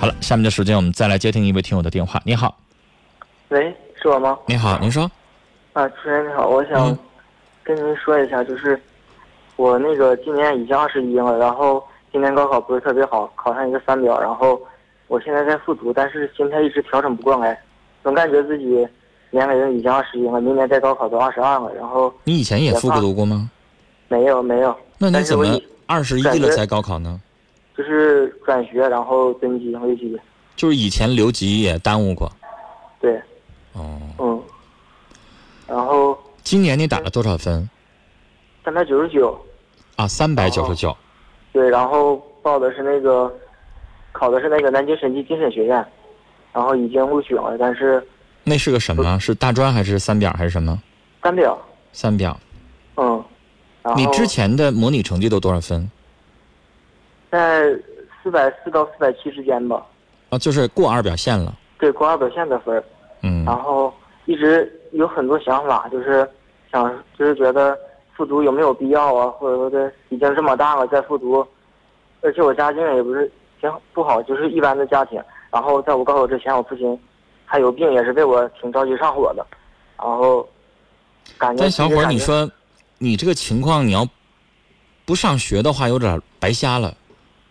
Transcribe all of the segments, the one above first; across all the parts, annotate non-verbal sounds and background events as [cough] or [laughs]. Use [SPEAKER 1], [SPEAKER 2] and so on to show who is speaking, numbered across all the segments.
[SPEAKER 1] 好了，下面的时间我们再来接听一位听友的电话。你好，
[SPEAKER 2] 喂，是我吗？
[SPEAKER 1] 你好，您说，
[SPEAKER 2] 啊，主持人你好，我想
[SPEAKER 1] 嗯
[SPEAKER 2] 跟您说一下，就是我那个今年已经二十一了，然后今年高考不是特别好，考上一个三表，然后我现在在复读，但是心态一直调整不过来，总感觉自己年龄已经二十一了，明年再高考都二十二了，然后
[SPEAKER 1] 你以前也
[SPEAKER 2] 我
[SPEAKER 1] 复
[SPEAKER 2] 怕
[SPEAKER 1] 读过吗？
[SPEAKER 2] 没有没有，
[SPEAKER 1] 那你
[SPEAKER 2] 但是
[SPEAKER 1] 怎
[SPEAKER 2] 我
[SPEAKER 1] 么
[SPEAKER 2] 已
[SPEAKER 1] 二十一
[SPEAKER 2] 感
[SPEAKER 1] 了
[SPEAKER 2] 觉
[SPEAKER 1] 才高考呢？
[SPEAKER 2] 就是转学然后蹲级回级，
[SPEAKER 1] 就是以前留级也耽误过。
[SPEAKER 2] 对，
[SPEAKER 1] 哦，
[SPEAKER 2] 嗯，然后
[SPEAKER 1] 今年你打了多少分
[SPEAKER 2] 三百九十九。
[SPEAKER 1] 啊？三百九十九。
[SPEAKER 2] 哦对，然后报的是那个，考的是那个南京审计精审学院，然后已经录取了，但是
[SPEAKER 1] 那是个什么？是大专还是三表还是什么？
[SPEAKER 2] 嗯三表，
[SPEAKER 1] 三表。
[SPEAKER 2] 嗯，然后
[SPEAKER 1] 你之前的模拟成绩都多少分
[SPEAKER 2] 在四百四到四百七之间吧，
[SPEAKER 1] 啊？就是过二表线了。
[SPEAKER 2] 对，过二本线的分儿，
[SPEAKER 1] 嗯
[SPEAKER 2] 然后一直有很多想法，就是想就是觉得复读有没有必要啊，或者说这已经这么大了再复读，而且我家境也不是挺不好，就是一般的家庭。然后在我高考之前，我父亲还有病，也是为我挺着急上火的，然后感觉
[SPEAKER 1] 但小伙儿，
[SPEAKER 2] 感觉
[SPEAKER 1] 你说你这个情况，你要不上学的话，有点白瞎了。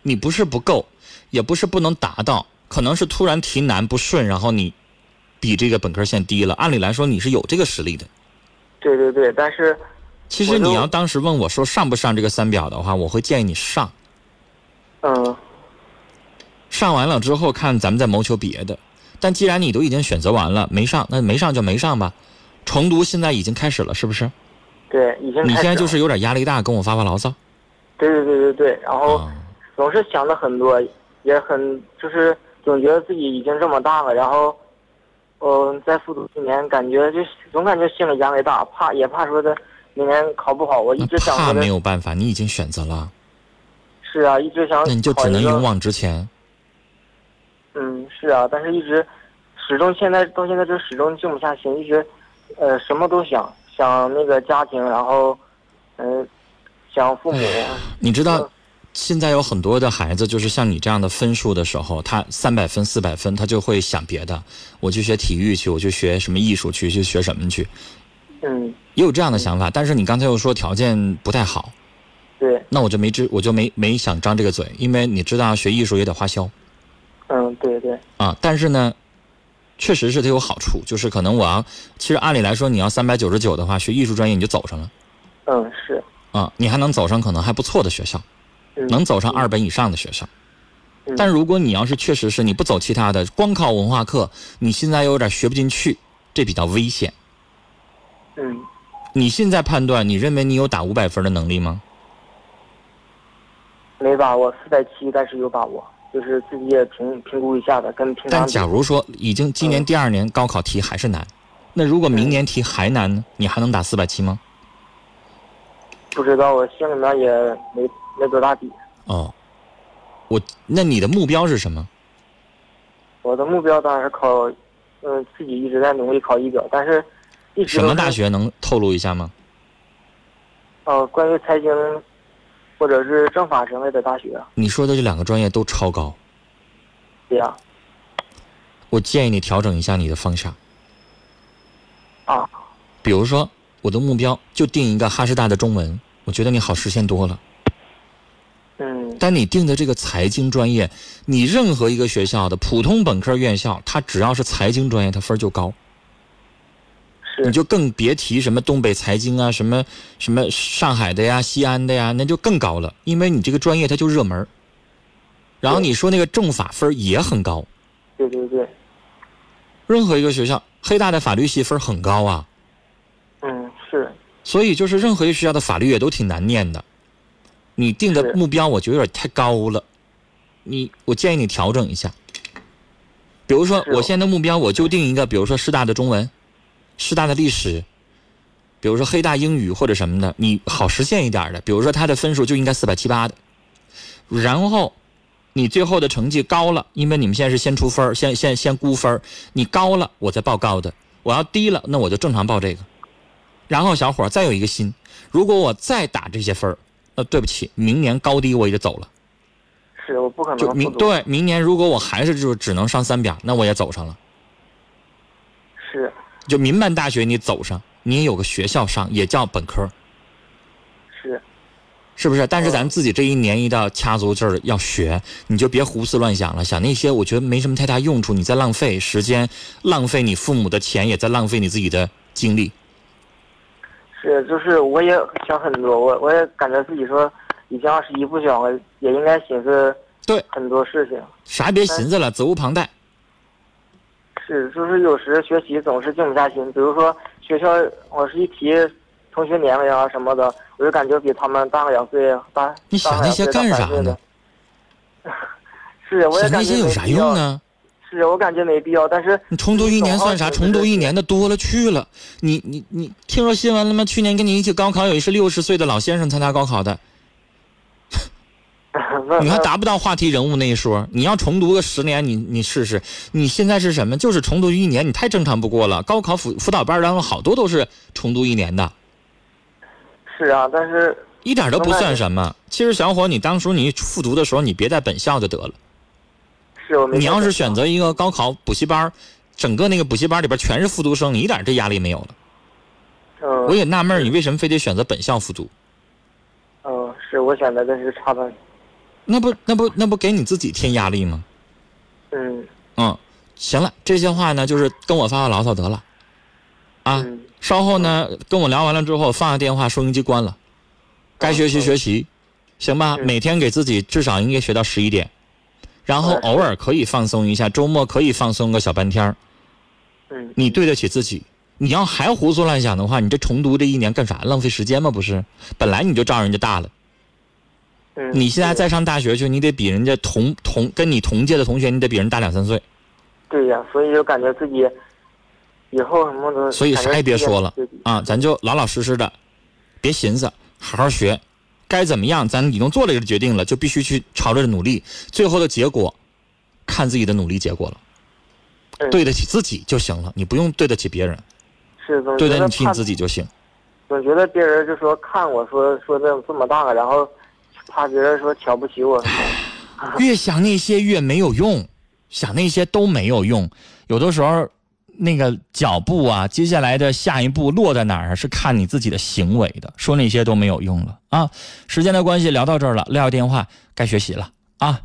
[SPEAKER 1] 你不是不够，也不是不能达到，可能是突然题难不顺，然后你比这个本科线低了。按理来说，你是有这个实力的。
[SPEAKER 2] 对对对，但是
[SPEAKER 1] 其实
[SPEAKER 2] 我就
[SPEAKER 1] 你要当时问我说上不上这个三表的话，我会建议你上。
[SPEAKER 2] 嗯
[SPEAKER 1] 上完了之后看咱们再谋求别的。但既然你都已经选择完了，没上，那没上就没上吧。重读现在已经开始了，是不是？
[SPEAKER 2] 对已经
[SPEAKER 1] 你
[SPEAKER 2] 开
[SPEAKER 1] 现在
[SPEAKER 2] 始
[SPEAKER 1] 就是
[SPEAKER 2] 了
[SPEAKER 1] 有点压力大，跟我发发牢骚。
[SPEAKER 2] 对对对对对，然后。
[SPEAKER 1] 啊
[SPEAKER 2] 总是想的很多，也很就是总觉得自己已经这么大了，然后，嗯、在复读一年，感觉就是总感觉心里压力大，怕也怕说的明年考不好，我一
[SPEAKER 1] 那
[SPEAKER 2] 直想
[SPEAKER 1] 怕
[SPEAKER 2] 着的啊
[SPEAKER 1] 没有办法，你已经选择了，
[SPEAKER 2] 是啊，一直想
[SPEAKER 1] 那你就
[SPEAKER 2] 考
[SPEAKER 1] 只
[SPEAKER 2] 一
[SPEAKER 1] 能
[SPEAKER 2] 个
[SPEAKER 1] 勇往直前。
[SPEAKER 2] 嗯是啊，但是一直始终现在到现在就始终静不下心，一直呃什么都想想那个家庭，然后嗯、呃想父母，
[SPEAKER 1] 你知道
[SPEAKER 2] 嗯，
[SPEAKER 1] 现在有很多的孩子就是像你这样的分数的时候，他三百分、四百分，他就会想别的，我去学体育去，我去学什么艺术去，去学什么去，
[SPEAKER 2] 嗯
[SPEAKER 1] 也有这样的想法。但是你刚才又说条件不太好，
[SPEAKER 2] 对
[SPEAKER 1] 那我就没知我就没没想张这个嘴，因为你知道学艺术也得花销
[SPEAKER 2] 嗯对对
[SPEAKER 1] 啊。但是呢，确实是它有好处，就是可能我要，其实按理来说，你要三百九十九的话，学艺术专业你就走上了
[SPEAKER 2] 嗯是
[SPEAKER 1] 啊，你还能走上可能还不错的学校，
[SPEAKER 2] 嗯
[SPEAKER 1] 能走上二本以上的学校
[SPEAKER 2] 嗯。
[SPEAKER 1] 但如果你要是确实是你不走其他的，光靠文化课，你现在又有点学不进去，这比较危险。
[SPEAKER 2] 嗯
[SPEAKER 1] 你现在判断，你认为你有打五百分的能力吗？
[SPEAKER 2] 没把握，四百七，但是有把握，就是自己也评评估一下的，跟平常
[SPEAKER 1] 但
[SPEAKER 2] 比
[SPEAKER 1] 假如说已经今年
[SPEAKER 2] 嗯
[SPEAKER 1] 第二年高考题还是难，那如果明年题还难呢？你还能打四百七吗？
[SPEAKER 2] 不知道，我心里面也没没多大底。
[SPEAKER 1] 哦，我那你的目标是什么？
[SPEAKER 2] 我的目标当然是考，嗯、自己一直在努力考一表，但是一直
[SPEAKER 1] 什
[SPEAKER 2] 都
[SPEAKER 1] 么大
[SPEAKER 2] 是？
[SPEAKER 1] 学能透露一下吗？
[SPEAKER 2] 呃，关于财经或者是政法之类的大学，
[SPEAKER 1] 你说的这两个专业都超高，
[SPEAKER 2] 对呀、
[SPEAKER 1] 我建议你调整一下你的方向。
[SPEAKER 2] 啊，
[SPEAKER 1] 比如说，我的目标就定一个哈师大的中文，我觉得你好实现多了。
[SPEAKER 2] 嗯
[SPEAKER 1] 但你定的这个财经专业，你任何一个学校的普通本科院校，它只要是财经专业，它分儿就高。
[SPEAKER 2] 是
[SPEAKER 1] 你就更别提什么东北财经啊，什么什么上海的呀、西安的呀，那就更高了，因为你这个专业它就热门儿。然后你说那个政法分儿也很高，
[SPEAKER 2] 对对对，
[SPEAKER 1] 任何一个学校，黑大的法律系分儿很高啊，
[SPEAKER 2] 嗯是
[SPEAKER 1] 所以就是任何一个学校的法律也都挺难念的。你定的
[SPEAKER 2] 是
[SPEAKER 1] 目标我觉得有点太高了，你我建议你调整一下。比如说
[SPEAKER 2] 是哦
[SPEAKER 1] 我现在的目标我就定一个，比如说师大的中文，师大的历史，比如说黑大英语或者什么的，你好实现一点的，比如说他的分数就应该四百七八的，然后你最后的成绩高了，因为你们现在是先出分儿先先先估分儿你高了我再报高的，我要低了那我就正常报这个。然后小伙儿再有一个心，如果我再打这些分儿那对不起，明年高低我也得走了。
[SPEAKER 2] 是，我不可
[SPEAKER 1] 就
[SPEAKER 2] 能
[SPEAKER 1] 明
[SPEAKER 2] 复读。
[SPEAKER 1] 对明年如果我还是就只能上三表，那我也走上了。
[SPEAKER 2] 是
[SPEAKER 1] 就民办大学你走上，你也有个学校上，也叫本科，
[SPEAKER 2] 是
[SPEAKER 1] 是不是？但是
[SPEAKER 2] 哦
[SPEAKER 1] 咱自己这一年一到掐足劲儿要学，你就别胡思乱想了，想那些我觉得没什么太大用处，你在浪费时间，浪费你父母的钱，也在浪费你自己的精力。
[SPEAKER 2] 是，就是我也想很多，我我也感觉自己说已经二十一不小了，也应该寻思
[SPEAKER 1] 对
[SPEAKER 2] 很多事情。
[SPEAKER 1] 啥也别寻思了，责无旁贷。
[SPEAKER 2] 是，就是有时学习总是静不下心，比如说学校我是一提同学年龄啊什么的，我就感觉比他们大个两岁，大
[SPEAKER 1] 你想那些干啥呢？
[SPEAKER 2] 大 [laughs] 两岁大三岁的是，我也
[SPEAKER 1] 想那
[SPEAKER 2] 感觉
[SPEAKER 1] 些有
[SPEAKER 2] 没
[SPEAKER 1] 啥
[SPEAKER 2] 必要
[SPEAKER 1] 用？呢？
[SPEAKER 2] 是我感觉没必要，但是
[SPEAKER 1] 你重读一年算啥？
[SPEAKER 2] 就是
[SPEAKER 1] 重读一年的多了去了。你你你听说新闻了吗？去年跟你一起高考有一是六十岁的老先生参加高考的，
[SPEAKER 2] [laughs] 问
[SPEAKER 1] 你看
[SPEAKER 2] 问
[SPEAKER 1] 达不到话题人物那一说。你要重读个十年，你你试试。你现在是什么？就是重读一年，你太正常不过了。高考辅辅导班当中好多都是重读一年的，
[SPEAKER 2] 是啊，但是
[SPEAKER 1] 一点都不算什么。其实小伙，你当初你复读的时候，你别在本校就得了。
[SPEAKER 2] 是我没
[SPEAKER 1] 你要是
[SPEAKER 2] 想
[SPEAKER 1] 选择一个高考补习班儿，整个那个补习班里边全是复读生，你一点这压力没有了。
[SPEAKER 2] 嗯
[SPEAKER 1] 我也纳闷儿，你为什么非得选择本校复读？
[SPEAKER 2] 嗯，是我选的真是差半
[SPEAKER 1] 那不那不那不给你自己添压力吗？
[SPEAKER 2] 嗯
[SPEAKER 1] 嗯，行了，这些话呢，就是跟我发发牢骚得了，啊，
[SPEAKER 2] 嗯
[SPEAKER 1] 稍后呢跟我聊完了之后，放下电话，收音机关
[SPEAKER 2] 哦
[SPEAKER 1] 了，该学习
[SPEAKER 2] 嗯
[SPEAKER 1] 学习，行吧？
[SPEAKER 2] 嗯
[SPEAKER 1] 每天给自己至少应该学到十一点，然后
[SPEAKER 2] 好的
[SPEAKER 1] 偶尔可以放松一下，周末可以放松个小半天儿，
[SPEAKER 2] 嗯
[SPEAKER 1] 你对得起自己。你要还胡思乱想的话，你这重读这一年干啥？浪费时间吗？不是，本来你就照人家大了。
[SPEAKER 2] 嗯，
[SPEAKER 1] 你现在再上大学去，你得比人家同同跟你同届的同学，你得比人大两三岁。
[SPEAKER 2] 对呀、所以就感觉自己以后什么的，
[SPEAKER 1] 所以啥也别说了
[SPEAKER 2] 感觉自己
[SPEAKER 1] 啊，咱就老老实实的，别寻思，好好学，该怎么样，咱已经做了这个决定了，就必须去朝着努力。最后的结果，看自己的努力结果了，
[SPEAKER 2] 嗯
[SPEAKER 1] 对得起自己就行了，你不用对得起别人，
[SPEAKER 2] 是总
[SPEAKER 1] 对
[SPEAKER 2] 觉
[SPEAKER 1] 得
[SPEAKER 2] 得
[SPEAKER 1] 你起你
[SPEAKER 2] 怕
[SPEAKER 1] 自己就行。
[SPEAKER 2] 总觉得别人就说看我说说这这么大了，然后怕别人说瞧不起我。
[SPEAKER 1] 越想那些越没有用，想那些都没有用。有的时候，那个脚步啊，接下来的下一步落在哪儿，啊是看你自己的行为的。说那些都没有用了啊！时间的关系，聊到这儿了，撂下电话，该学习了啊！